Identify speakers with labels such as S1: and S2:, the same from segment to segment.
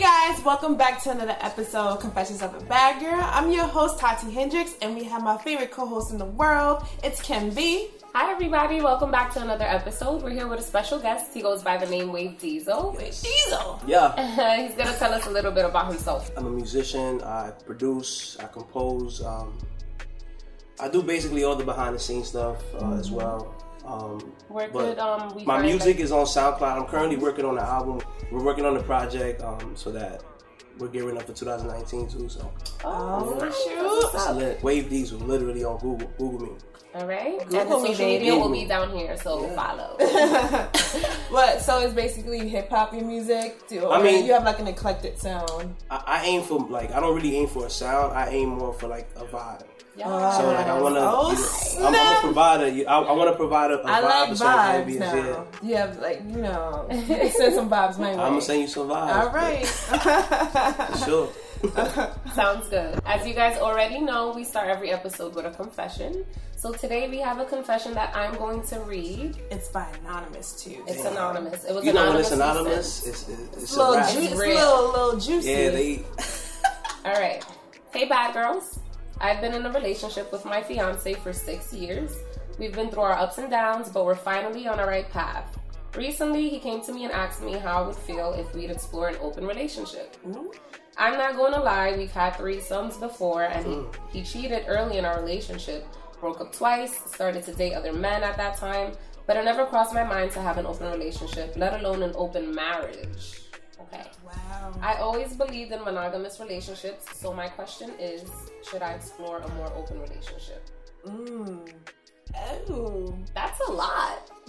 S1: guys, welcome back to another episode of Confessions of a Bad Girl. I'm your host, Tati Hendricks, and we have my favorite co host in the world. It's Kim B.
S2: Hi everybody, welcome back to another episode. We're here with a special guest. He goes by the name Wave Diesel.
S1: Diesel.
S3: Yeah,
S2: He's gonna tell us a little bit about himself.
S3: I'm a musician. I produce. I compose. Um, I do basically all the behind the scenes stuff
S1: Mm-hmm.
S3: uh, as well. Um,
S2: Where
S3: but
S2: could um we
S3: my
S2: find,
S3: music
S2: like-
S3: is on SoundCloud. I'm currently working on the album. We're working on the project um, so that we're gearing up for 2019 too. So
S2: Oh,
S1: shoot.
S3: it's lit. Wave Diesel literally on Google. Google me.
S2: all right. And the
S1: Google me,
S2: social
S1: baby.
S2: media will be down here, so follow.
S1: What? So it's basically hip hop your music? Do,
S3: I mean-
S1: you have like an eclectic sound.
S3: I, I aim for like I don't really aim for a sound. I aim more for like a vibe.
S2: Yeah.
S3: So like I wanna,
S1: Oh,
S3: I'm, I'm
S1: snap.
S3: a provider. You- I, I wanna provide a a
S1: I
S3: vibe.
S1: like
S3: so it's gonna
S1: vibes
S3: be a-
S1: now.
S3: yeah.
S1: You have like, you know, you send some vibes my way.
S3: I'm gonna send you some vibes.
S1: All right.
S3: but Sure.
S2: Sounds good. As you guys already know, we start every episode with a confession. So today we have a confession that I'm going to read.
S1: it's by Anonymous, too.
S2: It's anonymous. It was
S3: You know when
S2: anonymous.
S3: it's anonymous,
S2: who
S3: it's, it's, it's a
S1: little,
S3: wrap.
S1: ju- it's
S2: Real.
S1: little, little juicy.
S3: Yeah, they.
S2: sent- All right. Hey, bad girls. I've been in a relationship with my fiance for six years. We've been through our ups and downs, but we're finally on the right path. Recently, he came to me and asked me how I would feel if we'd explore an open relationship. I'm not going to lie, we've had threesomes before, and he, he cheated early in our relationship, broke up twice, started to date other men at that time, but it never crossed my mind to have an open relationship, let alone an open marriage. Okay.
S1: Wow.
S2: I always believed in monogamous relationships, so my question is should I explore a more open relationship?
S1: Mm. Oh,
S2: That's a lot.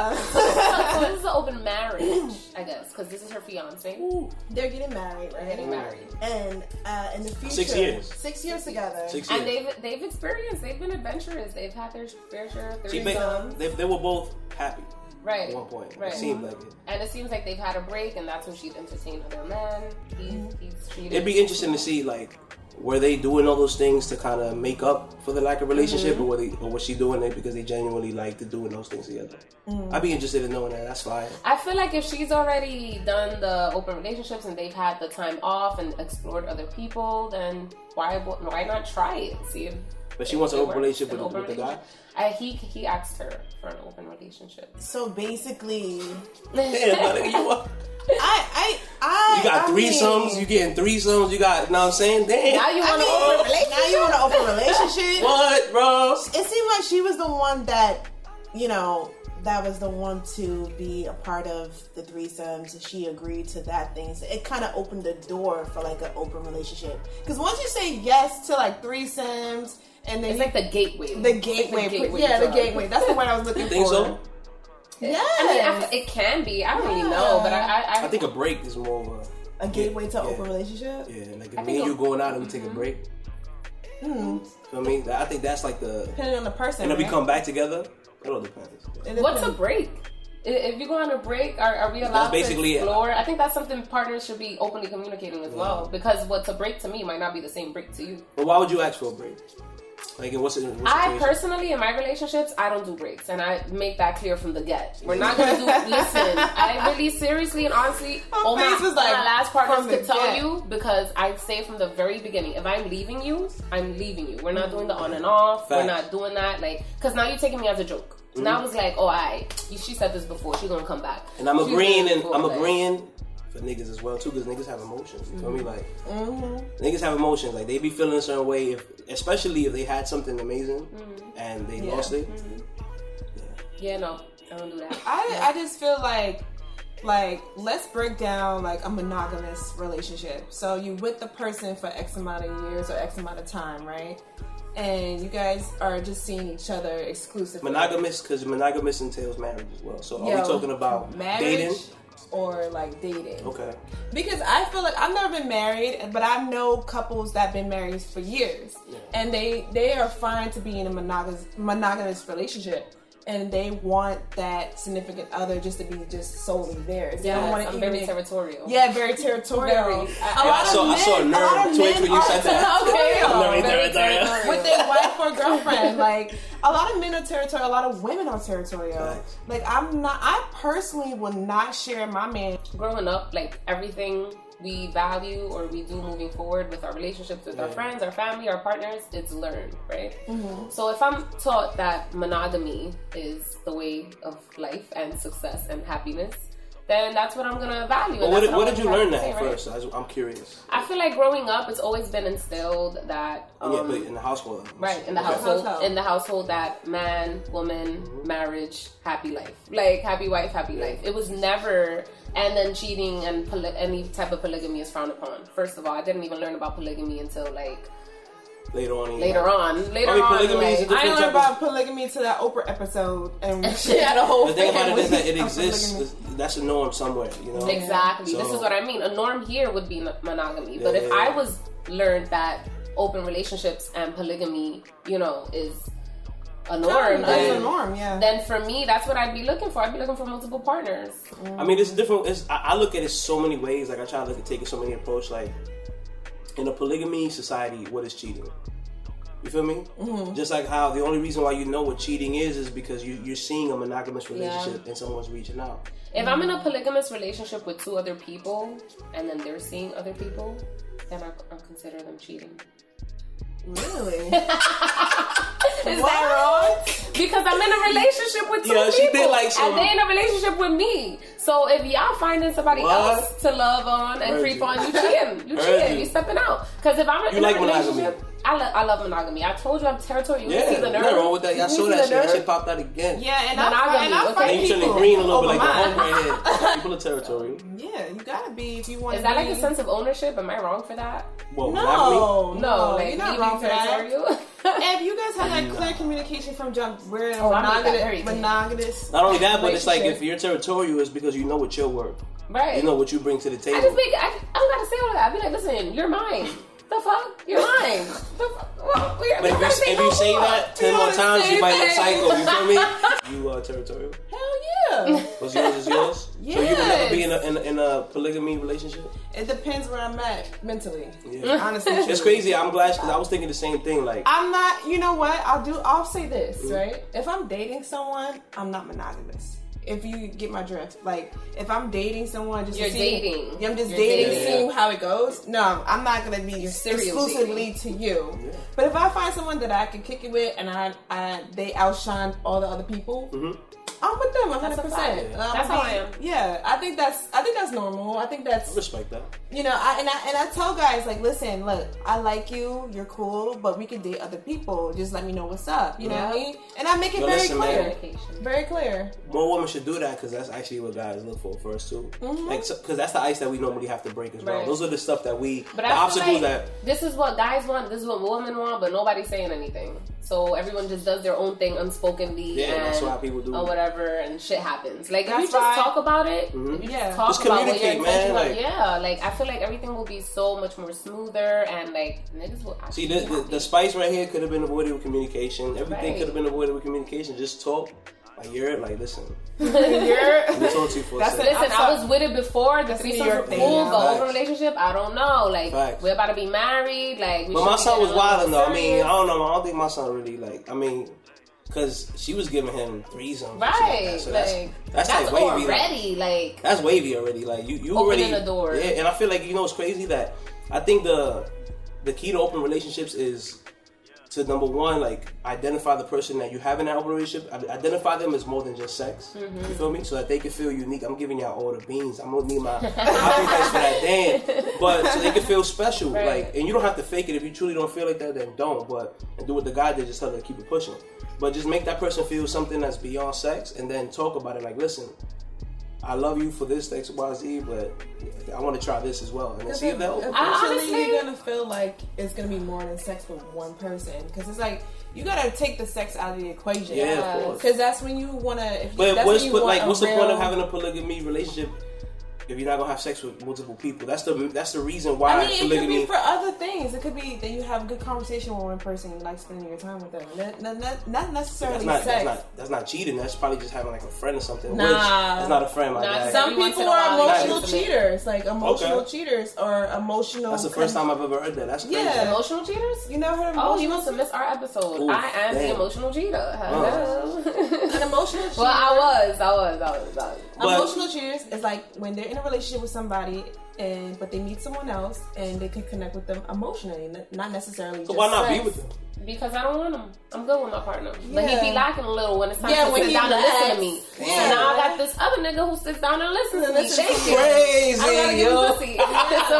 S2: so
S1: yeah.
S2: this is an open marriage, I guess, because this is her fiance.
S1: They're getting married,
S2: They're
S1: right?
S2: getting married.
S1: And uh, in the future,
S3: Six years.
S1: Six years together.
S3: Six
S2: And
S3: years.
S2: they've they've experienced, they've been adventurous, they've had their fair share of
S3: See, they,
S2: threesomes.
S3: they, they were both happy
S2: Right.
S3: at one point.
S2: Right.
S3: It seemed like it.
S2: And it seems like they've had a break, and that's when she'd entertain other men. He's, he's cheated.
S3: It'd be interesting to see like were they doing all those things to kind of make up for the lack of relationship,
S2: Mm-hmm.
S3: or were they, or was she doing it because they genuinely liked to doing those things together?
S2: Mm.
S3: I'd be interested in knowing that. That's fine.
S2: I feel like if she's already done the open relationships and they've had the time off and explored other people, then why wo- why not try it? See if
S3: But she wants an
S2: it
S3: open
S2: works.
S3: relationship
S2: An
S3: with,
S2: open
S3: with the guy.
S2: relationship. I, he he asked her for an open relationship.
S1: So basically,
S3: Damn, my nigga, you, are-
S1: I, I, I.
S3: you got
S1: I
S3: threesomes.
S1: mean-
S3: you getting threesomes. You got. You know what I'm saying? Damn.
S2: Now you
S1: I
S2: want to
S1: mean,
S2: open a relationship?
S1: Now you want an open relationship?
S3: what, bro?
S1: it seemed like she was the one that, you know, that was the one to be a part of the threesomes, and she agreed to that thing. So it kind of opened the door for like an open relationship. Because once you say yes to like threesomes, and then
S2: It's
S1: you-
S2: like the gateway.
S1: the gateway,
S2: It's
S1: yeah,
S2: drug.
S1: the gateway. That's the word I was looking
S3: Think
S1: for.
S3: so?
S1: Yeah,
S2: I mean, I f- it can be. I don't really know, but I I, I,
S3: I think a break is more of a.
S1: a gateway to
S3: Yeah.
S1: open relationship.
S3: Yeah, like
S2: I think
S3: if
S2: a-
S3: me and
S2: Mm-hmm.
S3: you going out and we take a break.
S1: Hmm.
S3: You know what I mean? That- I think that's like the.
S1: Depending on the person,
S3: And if we
S1: right?
S3: come back together, it all depends.
S1: It
S2: What's a
S1: depends.
S2: break? I- If you go on a break, are, are we allowed
S3: basically
S2: to
S3: it.
S2: explore? I think that's something partners should be openly communicating as well. Because what's a break to me might not be the same break to you.
S3: But why would you ask for a break? Like, and what's it? What's the
S2: I
S3: case?
S2: personally, in my relationships, I don't do breaks, and I make that clear from the get. We're not gonna do. listen, I really, seriously, and honestly,
S1: Her
S2: all my,
S1: face was like,
S2: my last partners
S1: from the
S2: could tell
S1: get.
S2: you because I say from the very beginning, if I'm leaving you, I'm leaving you. We're not doing the on and off. We're
S3: Facts.
S2: not doing that. Like, because now you're taking me as a joke. Now
S1: Mm-hmm.
S2: it's like, oh, I. She said this before. She's gonna come back.
S3: and I'm
S2: She's
S3: agreeing,
S2: gonna
S3: and
S2: go
S3: I'm
S2: back.
S3: agreeing for niggas as well too, because niggas have emotions. You feel
S2: Mm-hmm.
S3: me? Like,
S1: Mm-hmm.
S3: niggas have emotions. Like they be feeling a certain way, if, especially if they had something amazing
S2: Mm-hmm.
S3: and they
S1: Yeah.
S3: lost it.
S2: Yeah, no, I don't do that.
S1: I, I just feel like like let's break down like a monogamous relationship so you with the person for x amount of years or x amount of time right and you guys are just seeing each other exclusively
S3: Monogamous, because monogamous entails marriage as well. So are
S1: Yo,
S3: we talking about
S1: marriage
S3: dating?
S1: or like dating
S3: Okay.
S1: because i feel like i've never been married but i know couples that have been married for years and they they are fine to be in a monogamous monogamous relationship and they want that significant other just to be just solely theirs. They
S2: Yeah,
S1: don't want to
S2: I'm
S1: even
S2: very territorial.
S1: Yeah, very territorial.
S2: Very.
S1: A lot
S3: I saw-
S1: of
S3: I saw a
S1: men-
S3: nerve
S1: lot of
S3: twitch
S1: men
S3: when you
S1: are oh,
S3: said that.
S1: territorial
S3: Nerve
S2: Very
S3: Right there, right there.
S2: territorial.
S1: With their wife or girlfriend, like a lot of men are territorial. A lot of women are territorial.
S3: Facts.
S1: Like I'm not. I personally will not share my man.
S2: growing up, like everything we value or we do moving forward with our relationships with our
S3: Yeah.
S2: friends, our family, our partners, it's learned, right? So if I'm taught that monogamy is the way of life and success and happiness, then that's what I'm gonna value.
S3: But
S2: and
S3: what
S2: that's
S3: did,
S2: I'm
S3: what did you
S2: gonna
S3: learn
S2: try to
S3: that
S2: say,
S3: at
S2: right?
S3: first? I was- I'm curious.
S2: I feel like growing up, it's always been instilled that um,
S3: yeah, but in the household.
S2: Right in the
S3: Okay.
S2: household,
S1: Household.
S2: in the household that man, woman, marriage, happy life, like happy wife, happy life. It was never, and then cheating and poly- any type of polygamy is frowned upon. First of all, I didn't even learn about polygamy until like
S3: Later on. in your
S2: later
S3: life.
S2: on. Later
S3: mean,
S2: on,
S3: polygamy is
S2: like,
S3: a different
S1: I learned
S3: type of-
S1: about polygamy to that Oprah episode, and
S2: she had a whole
S3: The thing about it
S2: family.
S3: is that it
S1: I'm
S3: exists.
S1: polygamy.
S3: That's a norm somewhere, you know.
S2: Exactly.
S3: So-
S2: this is what I mean. A norm here would be mon- monogamy, but
S3: Yeah,
S2: if
S3: yeah,
S2: I
S3: yeah.
S2: was learned that open relationships and polygamy, you know, is a norm,
S1: that's the
S2: then,
S1: norm. Yeah,
S2: then for me, that's what I'd be looking for. I'd be looking for multiple partners.
S3: I mean, it's different. It's, I, I look at it so many ways. Like I try to look at taking so many approach. Like in a polygamy society, what is cheating? You feel me? Just like how the only reason why you know what cheating is is because you, you're seeing a monogamous relationship and someone's reaching out.
S2: If I'm in a polygamous relationship with two other people, and then they're seeing other people, then I, I consider them cheating.
S1: really.
S2: Is
S1: What?
S2: that wrong? Because I'm in a relationship with two
S3: Yeah, she
S2: people,
S3: did like some-
S2: and they in a relationship with me. So if y'all finding somebody
S3: What?
S2: else to love on and
S3: Heard
S2: creep
S3: you.
S2: on, you cheating, you
S3: Heard
S2: cheating,
S3: you.
S2: you. stepping out. Because if I'm in
S3: You like
S2: a
S3: monogamy.
S2: relationship, I, lo- I love monogamy. I told you I'm territorial. You
S3: Yeah,
S2: see the nerve.
S3: nothing wrong with that. Y'all
S1: You
S3: saw
S1: see
S3: that
S1: the
S3: shit. That
S1: nerve?
S3: shit popped out again.
S1: Yeah, Oh, and
S2: Monogamy,
S1: I and I
S2: okay.
S1: fight
S3: And you turning
S1: people
S3: green a little bit
S1: over
S3: like the
S1: mine.
S3: home right here. People of territory.
S1: Yeah, you gotta be if you want.
S2: oh. Is that like a sense of ownership? Am I wrong for that?
S3: Well, monogamy.
S1: No, no,
S2: No, like
S1: you're
S2: me
S1: not
S2: being
S1: wrong for that.
S2: territorial.
S1: If you guys have that clear communication from jump, we're in a
S2: Oh, I made that very
S1: monogamous,
S2: clear.
S1: monogamous.
S3: Not only that, but it's like
S1: Relationship.
S3: if you're territorial, it's because you know what you're worth.
S2: right.
S3: You know what you bring to the table.
S2: I just make I, I don't gotta say all of that. I be like, listen, you're mine. The fuck, you're mine. The fuck, well, we're,
S3: But if you, if you say that ten
S1: We
S3: more
S1: all the
S3: times, you
S1: same
S3: might look
S1: thing.
S3: psycho. You feel me? You are territorial.
S1: Hell yeah!
S3: Because yours is yours. So you would never be in a,
S1: Yes.
S3: in, a, in a polygamy relationship.
S1: It depends where I'm at mentally.
S3: Yeah.
S1: Honestly,
S3: It's
S1: truly.
S3: crazy. I'm glad because I was thinking the same thing. Like,
S1: I'm not. You know what? I'll do. I'll say this right. If I'm dating someone, I'm not monogamous. If you get my drift, like if I'm dating someone, just to
S2: You're
S1: see-
S2: dating.
S1: Yeah, I'm just
S2: You're
S1: dating,
S3: dating.
S1: seeing how it goes. No, I'm not gonna be
S2: serial
S1: exclusively to you.
S3: Yeah.
S1: But if I find someone that I can kick it with, and I, I they outshine all the other people. I'm with them 100. percent
S2: Mm-hmm. That's a fact. That's how I am.
S1: Yeah, I think that's I think that's normal. I think that's
S3: I respect that.
S1: you know, I and I and I tell guys like, listen, look, I like you, you're cool, but we can date other people. Just let me know what's up. You know what I mean? And I make it
S3: No,
S1: very
S3: listen,
S1: clear,
S3: man.
S1: very clear.
S3: More women should do that because that's actually what guys look for first too. Like, because that's the ice that we normally have to break as well.
S2: Mm-hmm. Right.
S3: Those are the stuff that we,
S2: But
S3: the
S2: I feel like
S3: obstacles that.
S2: this is what guys want, this is what women want, but nobody's saying anything. So everyone just does their own thing unspokenly
S3: Yeah,
S2: and
S3: that's why people do
S2: or
S3: it. Mm-hmm.
S2: whatever and shit happens. Like if you
S1: That's
S2: just
S1: why-
S2: talk about it, if you just
S1: Yeah.
S2: talk
S3: Just
S2: about what your
S3: communicate, man,
S2: intentions are,
S3: like-
S2: yeah, like I feel like everything will be so much more smoother and like niggas will
S3: See,
S2: actually
S3: the,
S2: be
S3: the,
S2: happy.
S3: the spice right here could have been avoided with communication. Everything
S2: Right.
S3: could have been avoided with communication. Just talk. Like, you're like, listen, let me
S1: You're-
S3: talk to you for
S1: That's
S3: a
S1: it.
S3: second.
S2: Listen,
S1: I'm sorry.
S2: I was with it before. The
S1: New
S2: threesome,
S1: York
S2: cool.
S1: thing,
S3: yeah.
S2: The
S3: Facts.
S2: open relationship, I don't know. Like
S3: Facts.
S2: we're about to be married. Like, we
S3: But my
S2: should be
S3: son was
S2: getting along
S3: wilding though. I mean,
S2: serious.
S3: I don't know. I don't think my son really like. I mean, because she was giving him threesomes. and shit like
S2: right?
S3: that. So that's,
S2: like
S3: that's, like wavy. like-
S2: already like
S3: that's wavy already. Like you,
S2: Opening
S3: you already
S2: the door.
S3: Yeah, and I feel like you know it's crazy that I think the the key to open relationships is to number one, like identify the person that you have in that open relationship. I- Identify them as more than just sex.
S2: Mm-hmm.
S3: You feel me? So that they can feel unique. I'm giving y'all all the beans. I'm gonna need my popping place for that damn. But so they can feel special.
S2: Right.
S3: Like, and you don't have to fake it if you truly don't feel like that. Then don't. But and do what the guy did. Just tell them to keep it pushing. But just make that person feel something that's beyond sex, and then talk about it. Like, listen, I love you for this X Y Z, but I want to try this as well, and then see if that opens.
S2: I
S1: Eventually,
S2: honestly-
S1: you're gonna feel like it's gonna be more than sex with one person because it's like you gotta take the sex out of the equation.
S3: Yeah,
S2: Yes.
S3: of course.
S1: Because that's when you wanna. If you,
S3: But
S1: that's
S3: what's
S1: when you
S3: put,
S1: want
S3: like
S1: a
S3: what's the point
S1: real-
S3: of having a polygamy relationship if you're not gonna have sex with multiple people? That's the that's the reason why
S1: I mean, it could
S3: polygamy.
S1: be for other things. It could be that you have a good conversation with one person, you like spending your time with them. Not, not- not- not necessarily
S3: that's not
S1: sex.
S3: that's not that's not cheating. That's probably just having like a friend or something. Nah,
S1: Nah.
S3: which, that's not a friend. My
S2: Nah,
S3: guy.
S2: some-
S1: Some
S2: Every once
S1: people
S2: in a
S1: are
S2: while,
S3: you
S1: emotional
S2: gotta do
S1: cheaters, like emotional
S3: Okay.
S1: cheaters or emotional.
S3: that's the first time I've ever heard that. That's crazy.
S1: Yeah.
S2: emotional cheaters.
S1: You know her.
S2: Oh, you must have missed our episode.
S3: Oof,
S2: I am
S3: damn. Oh.
S2: the emotional cheater. Hello.
S1: an emotional cheer.
S2: Well, I was, I was, I was, I was.
S3: But-
S1: emotional cheers is like when they're in a relationship with somebody and but they meet someone else and they can connect with them emotionally, n- not necessarily.
S3: So
S1: just
S3: why not be
S1: sex.
S3: with them?
S2: Because I don't want him. I'm good with my partner. But he
S1: Yeah.
S2: be lacking a little when it's time
S1: Yeah,
S2: to
S1: when
S2: sit
S1: he
S2: down
S1: relax.
S2: and listen to me.
S1: Yeah.
S2: And now I got this other nigga who sits down and listens to me.
S1: Listen to
S2: Thank
S1: you.
S2: you.
S3: Crazy,
S2: I gotta give him
S3: yo. Um,
S2: pussy. It's the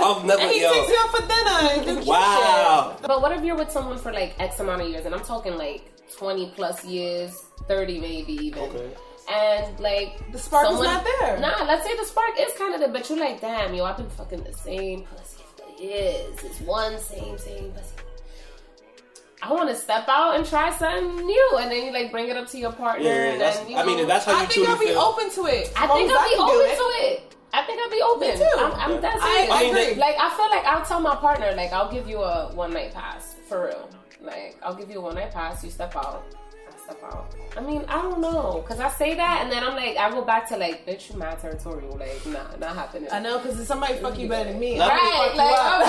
S2: worst.
S3: I've never,
S1: And he
S3: yo.
S1: takes you out for dinner. And do cute
S3: Wow.
S2: But what if you're with someone for like X amount of years? And I'm talking like 20 plus years, 30 maybe even.
S3: Okay.
S2: And like
S1: shit. The spark
S2: someone-
S1: is not there.
S2: Nah, let's say the spark is kind of there, but you're like, damn, yo, I've been fucking the same pussy for years. It's one same, same pussy. I want to step out and try something new, and then you like bring it up to your partner.
S3: Yeah, yeah,
S2: and
S3: that's-
S2: then, you
S3: I mean,
S2: know,
S3: if that's how
S1: I
S3: you
S1: think
S3: truly
S1: I'll be
S3: feel.
S1: open to it.
S2: I
S1: As long
S2: think
S1: as
S2: I'll be
S1: can do
S2: open to it. I think I'll be open.
S1: too.
S2: I'm, I'm, that's
S1: I-
S2: it.
S1: I
S2: Like,
S1: agree.
S2: Like I feel like I'll tell my partner, like I'll give you a one night pass for real. Like I'll give you a one night pass. You step out. I step out. I mean, I don't know, cause I say that and then I'm like, I go back to like, bitch, you my territorial. Like, nah, not happening.
S1: I know because if somebody fuck you better than me,
S3: Nah.
S1: I'm gonna
S2: Right,
S1: fuck
S2: like,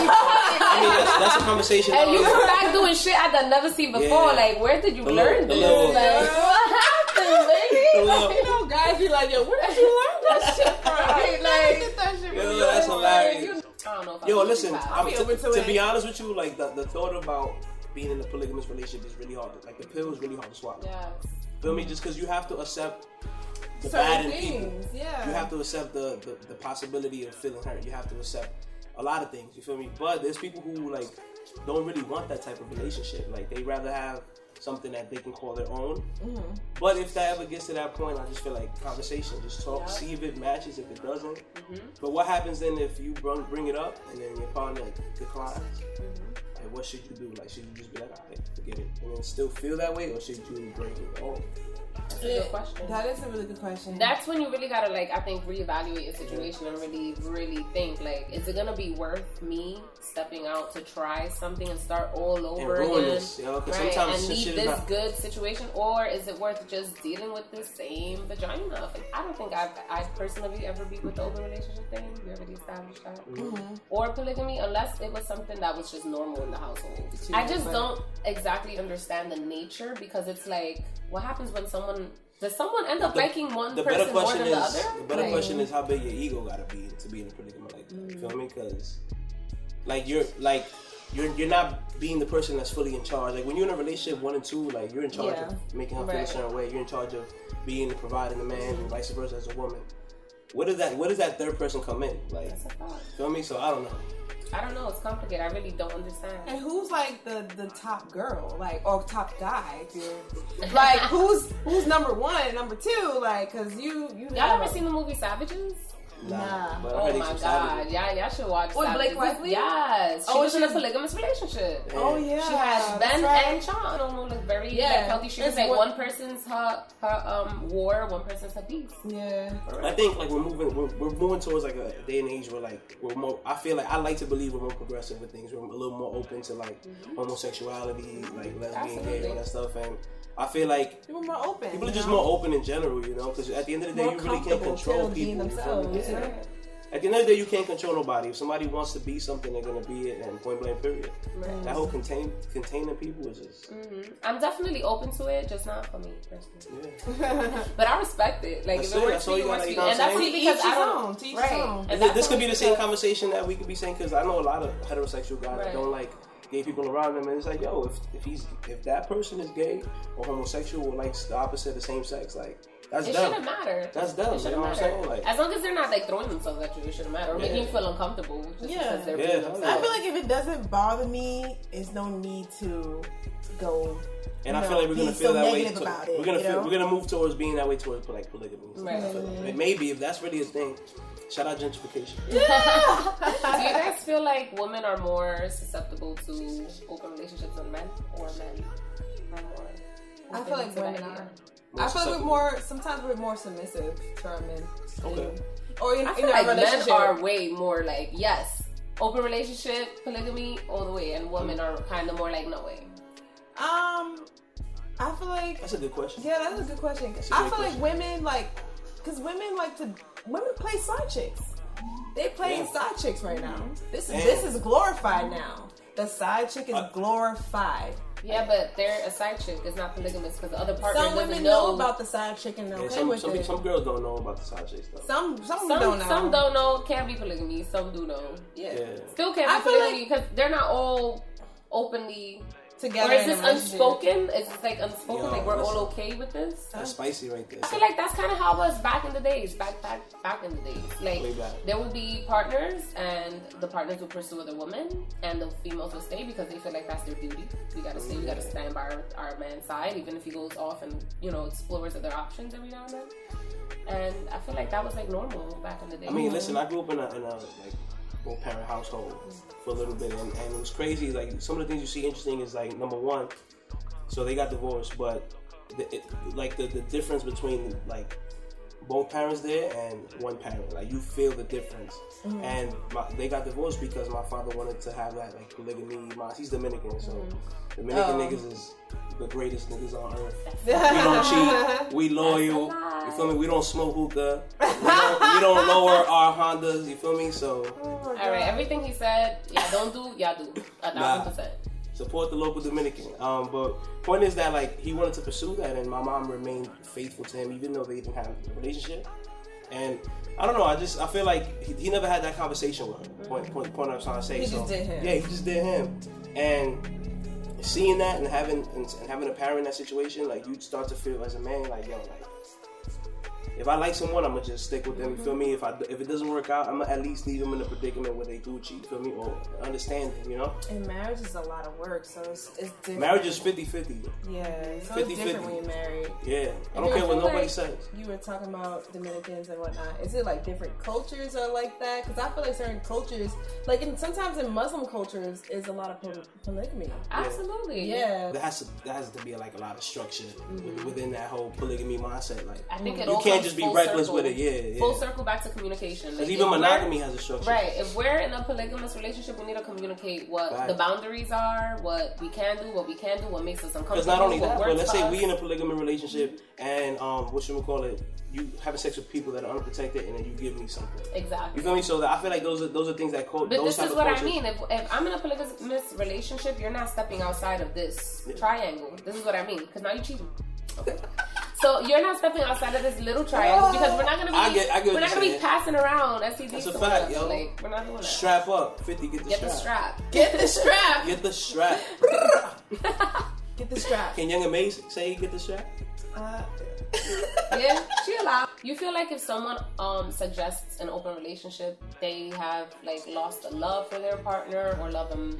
S1: you up.
S3: I mean, that's, that's a conversation.
S2: and you
S3: um,
S2: come back doing shit I done never seen before.
S3: Yeah.
S2: Like, where did you
S3: The
S2: learn
S3: little-
S2: this?
S3: the little-
S2: like, what happened,
S3: The
S2: lady?
S3: little-
S1: you know, guys be like, yo, where did you learn that shit from?
S2: Right,
S1: Where did
S2: like-
S1: you get that shit from?
S3: Yo, that's hilarious.
S2: I don't know. If I
S3: Yo,
S2: would
S3: listen.
S2: do that.
S3: I'm,
S1: be
S3: to,
S1: open to
S3: to
S1: it.
S3: be honest with you, like the, the thought about being in a polygamous relationship is really hard. Like the pill is really hard to swallow.
S2: Yes.
S3: Feel me? Just because you have to accept the bad
S1: Certain
S3: in people.
S1: things, yeah.
S3: You have to accept the, the, the possibility of feeling hurt. You have to accept a lot of things. You feel me? But there's people who like don't really want that type of relationship. Like they rather have something that they can call their own.
S2: Mm-hmm.
S3: But if that ever gets to that point, I just feel like conversation, just talk,
S2: Yeah. Mm-hmm.
S3: see if it matches. If it doesn't, but what happens then if you bring bring it up and then your partner declines?
S2: Mm-hmm.
S3: Like, what should you do? Like, should you just be like, all right, forget it, and then still feel that way, or should you break it off?
S2: That's a good question.
S1: That is a really good question.
S2: That's when you really gotta like I think reevaluate your situation and really really think like is it gonna be worth me stepping out to try something and start all
S3: and
S2: over
S3: ruin
S2: again
S3: this, yo. Because
S2: right
S3: sometimes
S2: and
S3: this
S2: leave
S3: shit is
S2: this
S3: not.
S2: good situation or is it worth just dealing with the same vagina? Like, I don't think I've I personally ever be with the open relationship thing. We already established that or polygamy unless it was something that was just normal in the household.
S1: too
S2: I just
S1: normal.
S2: don't exactly understand the nature because it's like, what happens when someone does someone end up
S3: The-
S2: liking one
S3: The better
S2: person more
S3: question
S2: than
S3: is,
S2: the other?
S3: the better
S2: Like,
S3: question is how big your ego gotta be to be in a predicament like that.
S2: Mm.
S3: Feel me? Because like you're like you're you're not being the person that's fully in charge. Like when you're in a relationship one and two, like you're in charge
S1: Yeah.
S3: of making her feel a
S2: Right.
S3: certain way. You're in charge of being and providing the man, and vice versa as a woman. What does that? What does that third person come in? Like,
S2: that's a thought.
S3: feel me? So I don't know.
S2: I don't know. It's complicated. I really don't
S1: And
S2: understand.
S1: who's like the the top girl, like or top guy? If you're, like who's who's number one and number two? Like, cause you you
S2: Y'all
S1: have
S2: ever seen the movie Savages?
S1: Nah.
S3: but I
S2: Oh
S3: heard
S2: my
S3: it's exciting.
S2: god, yeah, y'all should watch.
S1: With Blake
S2: Savages.
S1: Wesley?
S2: Yes, she
S1: Oh,
S2: was in a
S1: she's-
S2: polygamous relationship.
S1: Oh yeah,
S2: She had
S1: that's
S2: Ben
S1: right.
S2: and Sean almost like very
S1: Yeah.
S2: like, healthy. She was
S1: It's
S2: like
S1: what-
S2: one person's her her um war, one person's her peace.
S1: yeah.
S3: I think like we're moving, we're, we're moving towards like a day and age where like we're more. I feel like I like to believe we're more progressive with things. We're a little more open to like
S1: Mm-hmm.
S3: homosexuality, like lesbian, gay, all
S2: Absolutely.
S3: that stuff. And I feel like
S1: People more open.
S3: people are
S1: you
S3: just
S1: know?
S3: more open in general, you know. Because at the end of the day,
S1: More
S3: you really can't
S1: comfortable,
S3: control
S1: too, being
S3: people. you feel me?
S1: themselves,
S3: Yeah.
S1: right.
S3: At the end of the day, you can't control nobody. If somebody wants to be something, they're gonna be it, and point blank, period.
S2: Right.
S3: That whole contain containing people is just
S1: Mm.
S2: Mhm. I'm definitely open to it, just not for me personally.
S3: yeah.
S2: But I respect it. Like
S3: That's
S2: if it
S3: it.
S2: works
S3: That's
S2: for
S3: all
S2: you,
S3: you
S2: it works
S3: gotta-
S2: for you.
S3: you know what
S2: And that's
S3: I'm
S1: saying?
S2: only because
S1: To each
S2: I
S1: his own,
S2: don't.
S1: to each his
S2: right.
S1: own.
S2: And
S3: Th-
S2: that's
S3: this could
S2: only
S3: be the same
S2: because-
S3: conversation that we could be saying because I know a lot of heterosexual guys that
S2: Right.
S3: don't like gay people around them, and it's like, yo, if, if he's if that person is gay or homosexual or likes the opposite of the same sex, like that's
S2: It
S3: dumb.
S2: shouldn't matter.
S3: That's dumb.
S2: It
S3: You know
S2: shouldn't
S3: what I'm
S2: matter.
S3: saying? Like,
S2: as long as they're not like throwing themselves at you, it shouldn't matter. Or making
S3: Yeah.
S2: you feel uncomfortable. Just
S1: Yeah.
S2: Because they're
S3: Yeah,
S2: being
S3: hell
S2: upset.
S1: I feel like if it doesn't bother me, it's no need to go.
S3: and I
S1: you
S3: feel like
S1: know,
S3: we're gonna
S1: be
S3: feel
S1: so
S3: that way.
S1: negative
S3: to-
S1: about it,
S3: we're gonna
S1: you
S3: feel,
S1: know?
S3: we're gonna move towards being that way towards like polygamy. and stuff, I
S2: Right.
S3: feel like. Like, Maybe if that's really a thing. Shout out gentrification.
S2: Do you guys feel like women are more susceptible to open relationships than men, or men are more?
S1: I feel like
S2: open to
S1: women
S2: that
S1: are.
S2: idea?
S1: I feel like
S3: susceptible.
S1: we're more. Sometimes we're more submissive to our men.
S3: Okay.
S1: Or in,
S2: I
S1: in
S2: feel
S1: our
S2: like men
S1: relationship.
S2: are way more like yes, open relationship, polygamy, all the way, and women are kind of more like no way.
S1: Um, I feel like
S3: That's a good question.
S1: Yeah, that's a good question.
S3: a
S1: I
S3: great
S1: feel
S3: question.
S1: like women like because women like to women play side chicks. They play
S3: Yeah.
S1: side chicks right now. This is
S3: Damn.
S1: this is glorified now. The side chick is
S3: I-
S1: glorified.
S2: Yeah, but they're a side chick. It's not polygamous because the other partner
S1: Some
S2: doesn't
S1: women
S2: know.
S1: know about the side chick and they're
S3: And
S1: okay
S3: some,
S1: with
S3: some,
S1: it.
S3: some girls don't know about the side chicks though.
S1: Some some,
S2: some,
S1: don't know.
S2: some don't know. Can't be polygamy. Some do know.
S1: Yeah.
S3: yeah.
S2: Still can't
S1: I
S2: be
S1: feel like-
S2: polygamy because they're not all openly.
S1: Together.
S2: or is
S1: in a
S2: this
S1: relationship.
S2: unspoken? Is this like unspoken?
S3: Yo,
S2: like we're all
S3: listen.
S2: okay with this?
S3: That's spicy right there.
S2: I feel like that's kind of how it was back in the days, back back back in the days. Like
S3: Way back.
S2: there would be partners, and the partners would pursue other women, and the females would stay because they feel like that's their duty. We gotta stay. We
S3: Mm-hmm.
S2: gotta stand by our, our man's side, even if he goes off and you know explores other options every now and then. And I feel like that was like normal back in the day.
S3: I mean, listen, I grew up in a, in a like well parent household for a little bit, and, and it was crazy. Like some of the things you see interesting is like number one, so they got divorced, but the, it, like the, the difference between like both parents there and one parent, like you feel the difference. And my, they got divorced because my father wanted to have that like polygamy. My, he's Dominican, so Dominican
S1: Oh.
S3: niggas is the greatest niggas on earth. We don't cheat. We loyal.
S2: That's a lie.
S3: You feel me? We don't smoke hookah. We don't, we don't lower our Hondas. You feel me? So
S1: Oh my
S2: all right,
S1: God.
S2: everything he said, yeah, don't do, yeah, do, a
S3: Nah.
S2: thousand percent.
S3: support the local Dominican. Um, but point is that like he wanted to pursue that, and my mom remained faithful to him, even though they didn't have a relationship. And I don't know. I just I feel like he, he never had that conversation with her. Point point point. I'm trying to say.
S1: He
S3: so,
S1: just did him.
S3: Yeah, he just did him. And seeing that and having and, and having a parent in that situation, like you start to feel as a man, like yo, like if I like someone, I'ma just stick with them. You feel me? If I if it doesn't work out, I'ma at least leave them in a predicament where they do cheat. You feel me? Or understand them. You know,
S1: And marriage is a lot of work, so it's, it's different.
S3: marriage is 50-50.
S1: yeah, so it's
S3: 50-50.
S1: different when you're married.
S3: Yeah, I
S2: And
S3: don't
S2: I
S3: care what
S2: feel
S3: nobody
S2: like-
S3: says.
S1: You were talking about Dominicans and whatnot. Is it like different cultures are like that? Because I feel like certain cultures, like in, sometimes in Muslim cultures, is a lot of poly- polygamy.
S2: Absolutely,
S1: Yeah,
S3: There has to there has to be like a lot of structure within that whole polygamy mindset. Like
S2: Mm-hmm. I think it
S3: you
S2: all
S3: can't
S2: comes
S3: just be
S2: full
S3: reckless
S2: circle.
S3: with it. Yeah,
S2: Full
S3: yeah.
S2: circle back to communication. Like,
S3: Because even
S2: if we're-
S3: monogamy has a structure.
S2: Right. If we're in a polygamous relationship, we need to communicate what
S3: Right.
S2: the boundaries are, what we can do, what we can do, what makes us
S3: Because
S2: uncomfortable.
S3: not only
S2: what
S3: that,
S2: works
S3: but let's
S2: for
S3: say
S2: us.
S3: we in a polygamy relationship and um, what should we call it? You having sex with people that are unprotected, and then you give me something. You
S2: exactly.
S3: feel me? So that, I feel like those are those are things that co-
S2: But
S3: those
S2: this
S3: type
S2: is
S3: of
S2: what I
S3: cultures-
S2: mean. If, if I'm in a polygamous relationship, you're not stepping outside of this triangle. This is what I mean. Because now you're cheating. So you're not stepping outside of this little triangle because we're not gonna be
S3: I get- I get what
S2: we're not
S3: you're
S2: gonna be
S3: saying.
S2: passing around STDs.
S3: That's a
S2: to
S3: fact,
S2: us.
S3: yo.
S2: Like, we're not doing that.
S3: Strap up, fifty. Get the
S2: Get the
S3: strap.
S2: strap.
S1: get the strap.
S3: Get the strap.
S1: Get the strap.
S3: Can Young and Mace say get the strap?
S1: Uh,
S2: yeah, chill out. You feel like if someone um suggests an open relationship, they have like lost a love for their partner or love them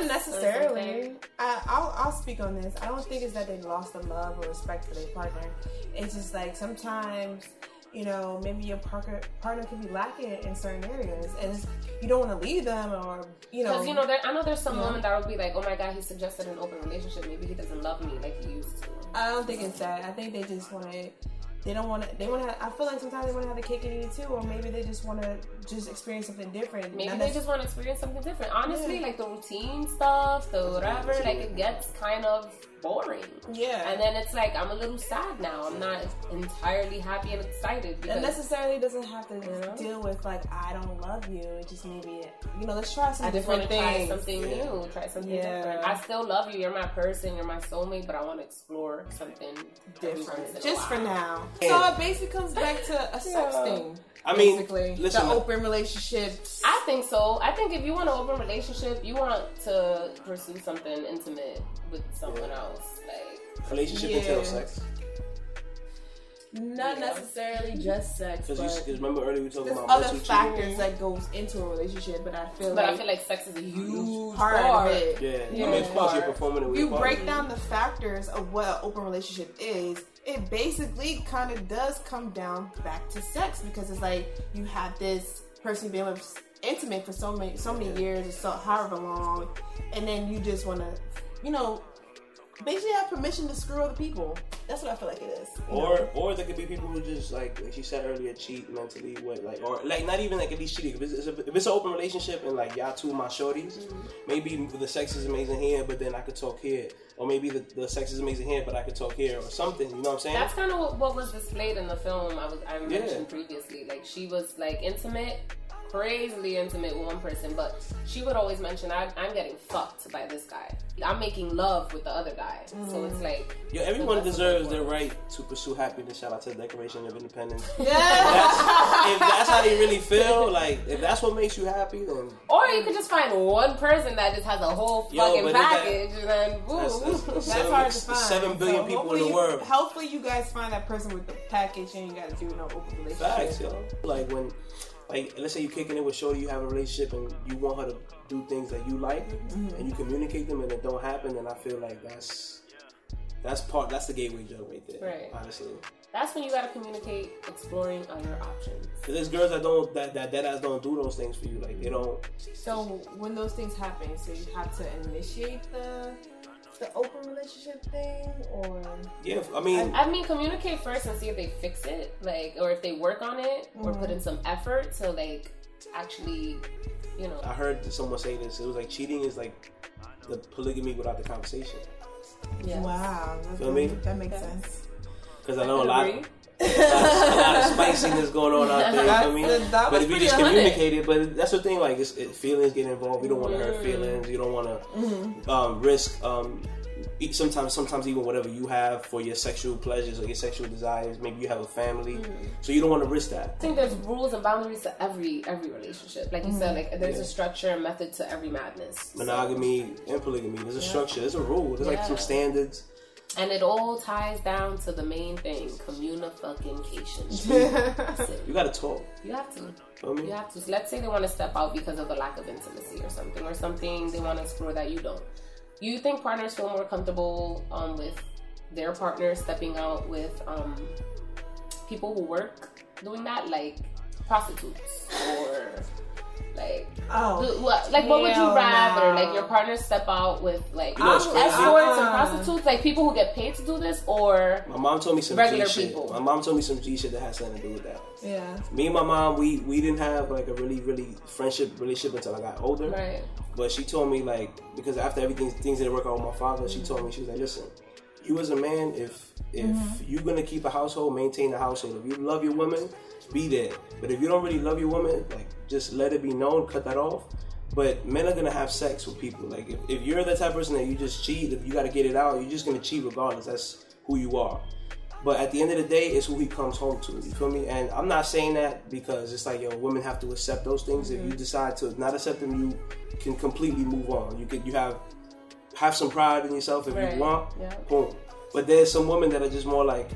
S1: Not
S2: or
S1: necessarily.
S2: something?
S1: I, I'll, I'll speak on this. I don't think it's that they lost the love or respect for their partner. It's just like sometimes, you know, maybe your partner partner can be lacking in certain areas, and it's, you don't want to leave them, or you know,
S2: Because you know, there, I know there's some
S1: Yeah.
S2: women that would be like, "Oh my god, he suggested an open relationship. Maybe he doesn't love me like he used to."
S1: I don't think it's that. I think they just want to. They don't want to. They want to. I feel like sometimes they want to have a cake and eat it too, or maybe they just want to just experience something different.
S2: Maybe
S1: Not
S2: they
S1: necess-
S2: just want to experience something different. Honestly,
S1: Yeah.
S2: like the routine stuff, the whatever, like it gets kind of boring.
S1: yeah.
S2: And then it's like I'm a little sad now. I'm not entirely happy and excited
S1: It
S2: because
S1: necessarily doesn't have to
S2: Yeah.
S1: deal with like I don't love you. It just maybe you know let's try some
S2: I just want
S1: different
S2: to try
S1: things.
S2: something
S3: Yeah.
S2: new, try something
S1: Yeah.
S2: different. I still love you. You're my person. You're my soulmate. But I want to explore something
S1: different
S2: different.
S1: just for now.
S3: Yeah.
S1: So it basically comes back to a sex
S3: Yeah.
S1: thing.
S3: I mean,
S1: basically,
S3: listen,
S1: the open relationships.
S2: I think so. I think if you want an open relationship, you want to pursue something intimate with someone
S3: Yeah.
S2: else. Like,
S3: Relationship
S1: Yeah.
S3: entails sex.
S1: Not
S2: Yeah.
S1: necessarily just sex, but
S3: Because remember earlier we talked
S1: there's
S3: about
S1: other
S3: mental
S1: factors that goes into a relationship. But I feel
S2: but
S1: like
S2: I feel like sex is a huge
S1: huge part
S2: part.
S1: of it.
S3: cheating. Yeah,
S1: Yeah.
S3: I mean, of course you're performing it with
S1: you
S3: your
S1: break
S3: partner.
S1: down the factors of what an open relationship is, it basically kind of does come down back to sex because it's like you have this person you've been with intimate for so many so many years or so however long, and then you just want to, you know, basically have permission to screw other people. That's what I feel like it is. you know?
S3: Or, or there could be people who just like, like she said earlier, cheat mentally. What, like, or like, not even like at least cheating. If it's, if it's an open relationship and like y'all two my shorties,
S1: Mm-hmm.
S3: maybe the sex is amazing here, but then I could talk here, or maybe the, the sex is amazing here, but I could talk here, or something. You know what I'm saying?
S2: That's kind of what, what was displayed in the film I was I mentioned
S3: Yeah.
S2: previously. Like she was like intimate, crazily intimate with one person, but she would always mention, I, I'm getting fucked by this guy. I'm making love with the other guy. So it's like,
S3: Yo, everyone deserves their right to pursue happiness. Shout out to the Declaration of Independence.
S1: Yeah.
S3: if that's how they really feel, like if that's what makes you happy, then
S2: or you could just find one person that just has a whole
S3: Yo,
S2: fucking
S3: but is that-
S2: package, and then boom.
S3: that's, that's, that's
S1: That's
S3: seven,
S1: hard to find.
S3: seven billion
S1: So
S3: people in
S1: hopefully
S3: the
S1: you-
S3: world.
S1: Hopefully, you guys find that person with the package. You ain't got to do no open relationship.
S3: Facts, yo. Like when, like let's say you kicking it with Shorty, you have a relationship and you want her to do things that you like,
S2: Mm-hmm.
S3: and you communicate them, and it don't happen, then I feel like that's that's part that's the gateway drug right there.
S2: Right.
S3: Honestly,
S2: That's when you gotta communicate, exploring other options.
S3: 'Cause there's girls that don't that that dead ass don't do those things for you. Like they don't.
S1: So when those things happen, so you have to initiate the the open relationship thing, or
S3: Yeah, I mean,
S2: I mean, communicate first and see if they fix it, like, or if they work on it, or put in some effort to, like, actually, you know.
S3: I heard someone say this. It was like cheating is like the polygamy without the conversation.
S2: Yeah.
S1: wow, that,
S3: Feel me?
S1: that makes sense.
S3: Because I know
S2: Could
S3: a lot,
S2: agree.
S3: a lot of spiciness going on out there. You feel me?
S1: That- that
S3: but
S1: was
S3: if you
S1: pretty
S3: just
S2: 100.
S3: communicate it, but that's the thing. Like, it's, it, feelings get involved. You don't want to
S2: Mm-hmm.
S3: hurt feelings. You don't want to
S1: Mm-hmm.
S3: um, risk. Um, e- sometimes, sometimes even whatever you have for your sexual pleasures or your sexual desires. Maybe you have a family,
S2: Mm-hmm.
S3: so you don't want to risk that.
S2: I think there's rules and boundaries to every every relationship. Like you said, like there's a
S3: Mm-hmm. Yeah.
S2: structure and method to every madness.
S3: Monogamy and polygamy. There's a structure. There's a rule. There's like
S2: Yeah.
S3: some standards.
S2: And it all ties down to the main thing, communication.
S3: You gotta talk.
S2: you have to.
S3: Feel me?
S2: You have to. Let's say they want to step out because of the lack of intimacy or something, or something they want to explore that you don't. You think partners feel more comfortable um, with their partner stepping out with um, people who work doing that, like prostitutes or like
S1: Oh,
S2: what, like what would you
S1: Hell
S2: rather?
S1: nah.
S2: Like your partner step out with like
S3: You know what's crazy?
S2: escorts and
S1: Uh-uh.
S2: prostitutes, like people who get paid to do this, or
S3: My mom told me some
S2: Regular
S3: G shit.
S2: people.
S3: My mom told me some G shit that has something to do with that.
S1: yeah.
S3: Me and my mom, we we didn't have like a really really friendship relationship until I got older.
S2: right?
S3: But she told me like because after everything things didn't work out with my father, she told me she was like, listen, you as a man, if if you're gonna keep a household, maintain the household. If you love your woman, be there. But if you don't really love your woman, like just let it be known, cut that off. But men are gonna have sex with people. Like if, if you're the type of person that you just cheat, if you gotta get it out, you're just gonna cheat regardless. That's who you are. But at the end of the day, it's who he comes home to. You feel me? And I'm not saying that because it's like, yo, women have to accept those things. If you decide to not accept them, you can completely move on. You can you have have some pride in yourself if
S2: Right.
S3: you want.
S2: Yeah.
S3: Boom. But there's some women that are just more like,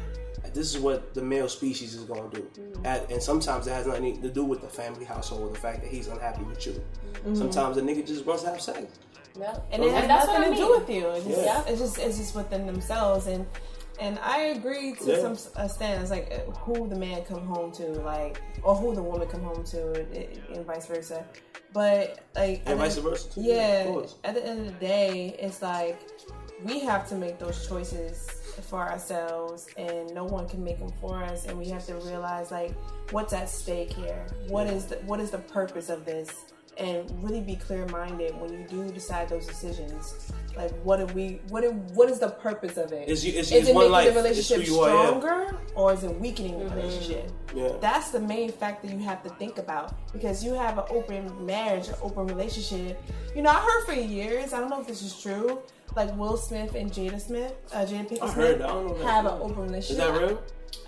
S3: this is what the male species is gonna do. And, and sometimes it has nothing to do with the family household or the fact that he's unhappy with you. Sometimes a nigga just wants to have sex.
S2: Yeah.
S1: and it has
S2: And that's what
S1: nothing
S2: I
S1: to do
S2: mean.
S1: with you. It's just,
S3: Yeah.
S1: it's just it's just within themselves and and I agree to
S3: Yeah.
S1: some s- uh, stands like uh, who the man come home to, like or who the woman come home to, and, and vice versa. But like I
S3: And vice
S1: think-
S3: versa. too. Of
S1: yeah,
S3: course.
S1: at the end of the day, it's like we have to make those choices for ourselves, and no one can make them for us. And we have to realize like what's at stake here. What is the, what is the purpose of this? And really be clear minded when you do decide those decisions. Like, what do we? What do, What is the purpose of it?
S3: It's you- it's-
S1: is
S3: it's
S1: it
S3: one
S1: making
S3: life.
S1: the
S3: It's
S1: relationship
S3: who you are, yeah.
S1: stronger, or is it weakening the relationship?
S3: Yeah.
S1: That's the main factor you have to think about because you have an open marriage, an open relationship. You know, I heard for years, I don't know if this is true, like Will Smith and Jada Smith, uh, Jada Pinkett Smith
S3: I heard that. I don't know that.
S1: have an open relationship.
S3: Is that real?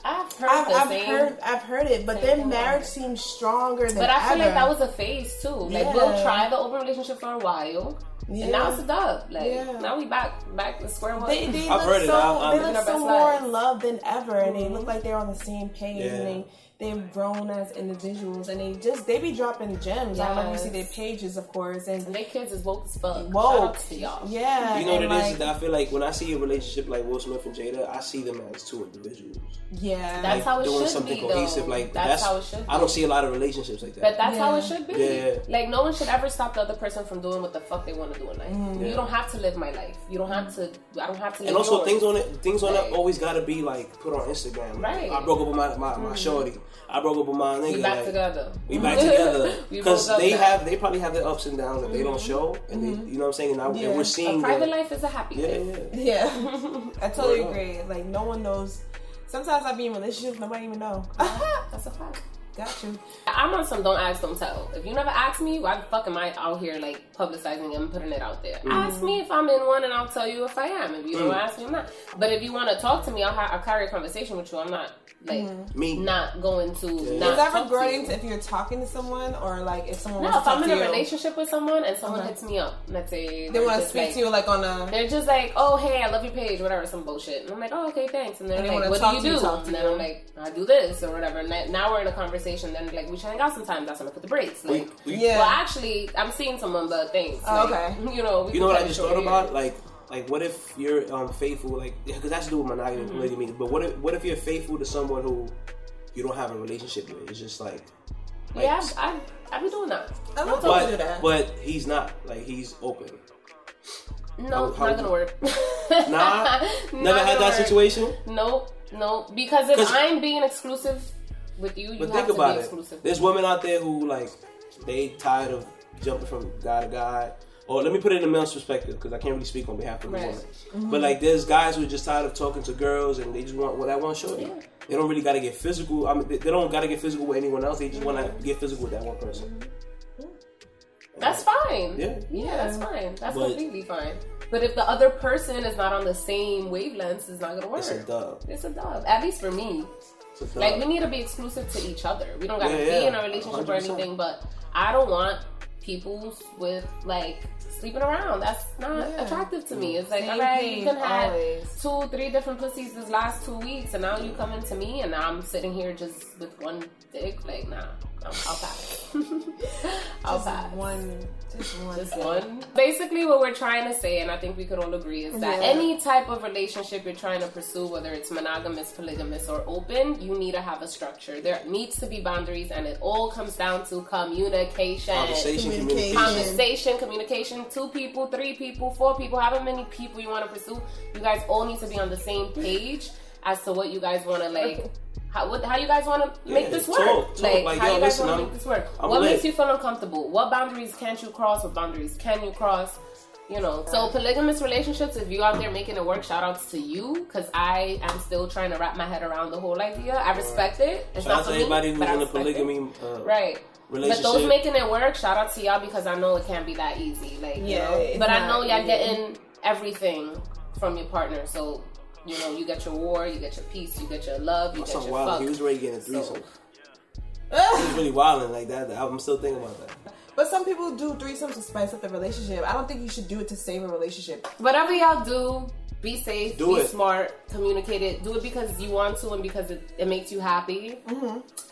S2: I've heard
S1: I've,
S2: the
S1: I've
S2: same.
S1: heard, I've heard it, but their
S2: thing.
S1: marriage seems stronger than
S2: But I feel like
S1: ever.
S2: that was a phase too. Like
S1: Yeah.
S2: we'll try the open relationship for a while, and now it's a dub. Like
S1: Yeah.
S2: now we back back to square one.
S1: They, they
S3: I've
S1: look
S3: heard it.
S1: so,
S3: I- I-
S1: they
S2: Living
S1: look
S2: their
S1: so
S2: best
S1: more
S2: lives.
S1: in love than ever, and they look like they're on the same page,
S3: Yeah.
S1: and they they've grown as individuals, and they just they be dropping gems. I love you see their
S2: Yes.
S1: pages, of course, and
S2: They kids is woke as fuck. Shout
S1: Woke.
S2: out to y'all.
S1: yeah,
S3: You know what
S1: and
S3: it is?
S1: like,
S3: is that I feel like when I see a relationship like Will Smith and Jada, I see them as two individuals.
S1: yeah,
S2: That's
S3: Like,
S2: how it
S3: doing
S2: should
S3: something
S2: be, though.
S3: cohesive. Like
S2: That's
S3: that's,
S2: how it should
S3: I don't see a lot of relationships like that.
S2: But that's how it
S1: Yeah.
S2: should be.
S3: Yeah.
S2: Like no one should ever stop the other person from doing what the fuck they want to do in life. You
S1: Mm-hmm.
S3: Yeah.
S2: don't have to live my life. You don't have to. I don't have to. Live
S3: and also
S2: yours.
S3: things on it, things on
S2: Like-
S3: it always gotta be like put on Instagram.
S2: Right. Mm-hmm.
S3: I broke up with my my, my shorty. I broke up with my nigga.
S2: We back
S3: like,
S2: together.
S3: We back together
S2: We
S3: because
S2: broke up
S3: they
S2: now. Mm-hmm.
S3: have they probably have their ups and downs that they don't show, and they, you know what I'm saying. And, I,
S1: Yeah.
S3: and we're
S1: A
S3: seeing
S2: Private
S3: the-
S2: life is a happy
S3: Yeah,
S2: thing.
S3: yeah.
S1: Yeah, I totally
S3: Word up.
S1: agree. Like no one knows. Sometimes I be in relationships, nobody even know.
S2: That's a fact.
S1: Got you.
S2: I'm on some don't ask, don't tell. If you never ask me, why the fuck am I out here like publicizing and putting it out there?
S1: Mm-hmm.
S2: Ask me if I'm in one, and I'll tell you if I am. If you don't
S1: Mm.
S2: ask me, I'm not. But if you want to talk to me, I'll, ha- I'll carry a conversation with you. I'm not like
S3: Me.
S2: not going to.
S3: Is
S2: Not
S1: Mm-hmm. Is that
S2: talk to
S1: regarding
S2: you.
S1: to if you're talking to someone or like if someone
S2: No,
S1: wants
S2: if
S1: to
S2: I'm
S1: talk
S2: in
S1: to
S2: a
S1: you,
S2: relationship with someone and someone
S1: Okay.
S2: hits me up, let's say
S1: Uh-huh. they
S2: they're
S1: want to
S2: just
S1: speak
S2: like-
S1: to you like on a
S2: They're just like, oh hey, I love your page, whatever, some bullshit. And I'm like, oh okay, thanks. And they're
S1: And they
S2: like,
S1: wanna
S2: what
S1: talk
S2: do you
S1: to you,
S2: do?
S1: talk to
S2: and then
S1: you.
S2: I'm like, I do this or whatever. And then- now we're in a conversation. Then like, we should hang out sometime. That's when I put the brakes. Like,
S3: We- we-
S1: Yeah.
S2: well, actually, I'm seeing someone, but thanks.
S1: Oh,
S2: Like,
S1: okay.
S2: You know, we
S3: You
S2: can
S3: know what
S2: cut
S3: I
S2: it
S3: just
S2: short
S3: thought
S2: here.
S3: about? Like, like what if you're um, faithful? Like, because that's to do with monogamy,
S2: Mm-hmm.
S3: really mean. But what if what if you're faithful to someone who you don't have a relationship with? It's just like, like
S2: Yeah, I, I, I be doing that.
S1: I love
S2: But-
S1: do
S3: but
S1: that.
S3: but he's not. Like, he's open.
S2: No,
S3: How- how
S2: not
S3: do
S2: gonna
S3: you-
S2: work.
S3: Nah,
S2: Not
S3: never had
S2: gonna
S3: that
S2: work.
S3: situation.
S2: Nope, nope. Because if
S3: 'Cause-
S2: I'm being exclusive with you, you
S3: But
S2: have
S3: think
S2: to
S3: about
S2: be
S3: it.
S2: exclusive.
S3: There's women out there who like they tired of jumping from guy to guy. Or let me put it in a male's perspective because I can't really speak on behalf of the
S2: Right. Mm-hmm.
S3: woman. But like, there's guys who are just tired of talking to girls and they just want what that one shorty.
S2: Yeah.
S3: They don't really got to get physical. I mean, they, they don't got to get physical with anyone else. They just
S2: Mm-hmm.
S3: want to get physical with that one person.
S2: That's fine.
S3: Yeah.
S2: Yeah, that's fine. That's
S3: But-
S2: completely fine. But if the other person is not on the same wavelength, it's not gonna work.
S3: It's a dub.
S2: It's a dub. At least for me.
S3: It's a dub.
S2: Like we need to be exclusive to each other. We don't gotta
S3: Yeah,
S2: be
S3: yeah.
S2: in a relationship or
S3: 100%.
S2: anything, but I don't want people with like sleeping around. That's not
S1: Yeah.
S2: attractive to me. It's like
S1: Same
S2: all right,
S1: page,
S2: you can have
S1: always.
S2: two, three different pussies this last two weeks and now you come into me and I'm sitting here just with one dick, like nah. I'm, I'll pass. I'll
S1: just
S2: pass.
S1: one, just one.
S2: Just one. Basically, what we're trying to say, and I think we could all agree, is that
S1: Yeah.
S2: any type of relationship you're trying to pursue, whether it's monogamous, polygamous, or open, you need to have a structure. There needs to be boundaries, and it all comes down to communication.
S1: Communication.
S3: conversation, communication.
S2: Conversation, communication, two people, three people, four people, however many people you want to pursue, you guys all need to be on the same page as to what you guys want to like. How, what, how you guys want to make
S3: Yeah,
S2: this work?
S3: talk, talk,
S2: like,
S3: like,
S2: how
S3: yo,
S2: you guys
S3: listen,
S2: want to
S3: I'm-
S2: make this work?
S3: I'm
S2: what
S3: lit.
S2: makes you feel uncomfortable? What boundaries can't you cross? What boundaries can you cross? You know, so polygamous relationships. If you out there making it work, shout outs to you because I am still trying to wrap my head around the whole idea. I respect it. It's
S3: Shout
S2: not
S3: out to
S2: for me,
S3: anybody
S2: but
S3: who's
S2: I
S3: in a
S2: respect it.
S3: polygamy uh,
S2: Right. But
S3: relationship.
S2: those making it work, shout out to y'all because I know it can't be that easy. Like, you
S1: Yeah,
S2: know?
S1: it's
S2: but I
S1: not
S2: know y'all
S1: easy.
S2: getting everything from your partner. So, you know, you get your war, you get your peace, you get your love, you
S3: That's
S2: get
S3: something
S2: your
S3: wild. He was
S2: fuck.
S3: already getting a threesome.
S2: So-
S3: He was really wilding like that. I'm still thinking about that.
S1: But some people do threesomes to spice up the relationship. I don't think you should do it to save a relationship.
S2: Whatever y'all do, be safe,
S3: Do
S2: be
S3: it.
S2: smart, communicate it. Do it because you want to and because it, it makes you happy.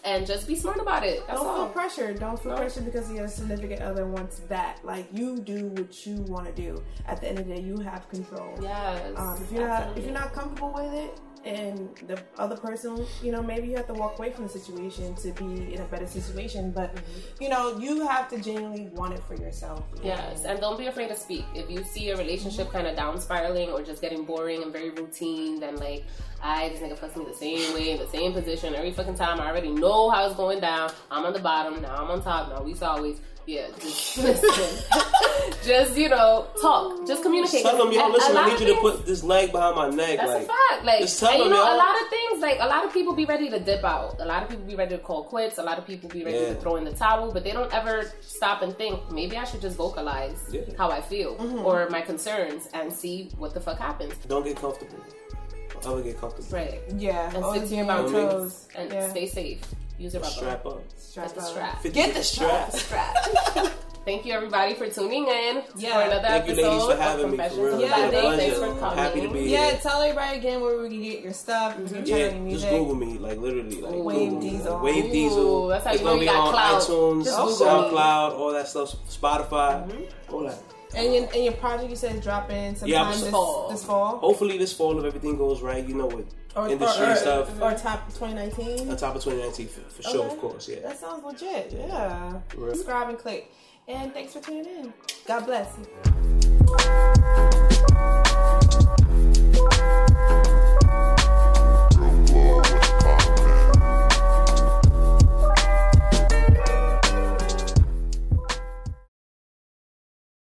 S2: And just be smart about it. That's
S1: Mm-hmm. Don't feel
S2: all.
S1: pressure. Don't feel
S2: No.
S1: pressure because your significant other wants that. Like you do what you want to do. At the end of the day, you have control.
S2: Yes.
S1: Um, if you're not if
S2: absolutely.
S1: you're not comfortable with it, and the other person, you know, maybe you have to walk away from the situation to be in a better situation. But
S2: Mm-hmm.
S1: you know, you have to genuinely want it for yourself.
S2: Yes, and don't be afraid to speak. If you see a relationship kind of down spiraling or just getting boring and very routine, then like, I this nigga fucks me the same way in the same position every fucking time. I already know how it's going down. I'm on the bottom now. I'm on top now. We saw always. Yeah, just listen. just you know, talk. Just communicate.
S3: Tell him,
S2: A-
S3: yo,
S2: a
S3: listen,
S2: lot
S3: I
S2: of
S3: need you to
S2: things-
S3: put this leg behind my neck.
S2: that's
S3: like,
S2: a fact. Like,
S3: just tell
S2: and you
S3: them,
S2: know, a
S3: yo.
S2: lot of things. Like, a lot of people be ready to dip out. A lot of people be ready to call quits. A lot of people be ready to
S3: Yeah.
S2: throw in the towel, but they don't ever stop and think. Maybe I should just vocalize
S3: Yeah.
S2: how I feel
S1: Mm-hmm.
S2: or my concerns and see what the fuck happens.
S3: Don't get comfortable. Or ever get comfortable.
S2: Right.
S1: Yeah.
S2: And
S1: always
S2: stick to your
S1: be on
S3: boundaries.
S1: toes.
S2: And
S1: yeah.
S2: stay safe. Use a rubber.
S3: Strap up.
S1: Strap
S2: Get the
S1: up.
S2: strap.
S1: Get the strap.
S2: Strap. Thank you everybody for tuning in
S1: Yeah.
S2: for another
S3: Thank you,
S2: episode.
S3: ladies, for
S2: of
S3: having me. For
S2: Confessions
S3: real.
S2: of
S1: Yeah,
S2: Black
S1: thank
S2: Lady. Thanks
S1: you.
S2: for coming.
S3: Happy to be here.
S1: Yeah, tell everybody again where we can get your stuff.
S2: Mm-hmm.
S1: If you try
S3: Yeah,
S1: any
S3: just
S1: music.
S3: Google me, like literally, like
S1: Wave
S3: Google me.
S1: Diesel.
S3: Wave Diesel.
S2: Ooh, that's how
S3: it's
S2: you
S3: gonna
S2: know
S3: be
S2: you got
S3: on
S2: clout.
S3: iTunes,
S2: Just Mm-hmm.
S1: Google me.
S3: SoundCloud, all that stuff, Spotify, all that.
S1: And your, and your project you said is dropping sometime
S3: Yeah,
S1: this,
S3: this
S2: fall.
S1: this fall?
S3: Hopefully, this fall, if everything goes right, you know, with
S2: Oh,
S1: Or,
S3: industry
S1: or, or,
S3: stuff,
S1: or top 2019?
S3: on top of 2019 for, for sure,
S1: Okay.
S3: of course, yeah.
S1: That sounds legit. Yeah.
S3: Real.
S1: Subscribe and click. And thanks for tuning in. God bless.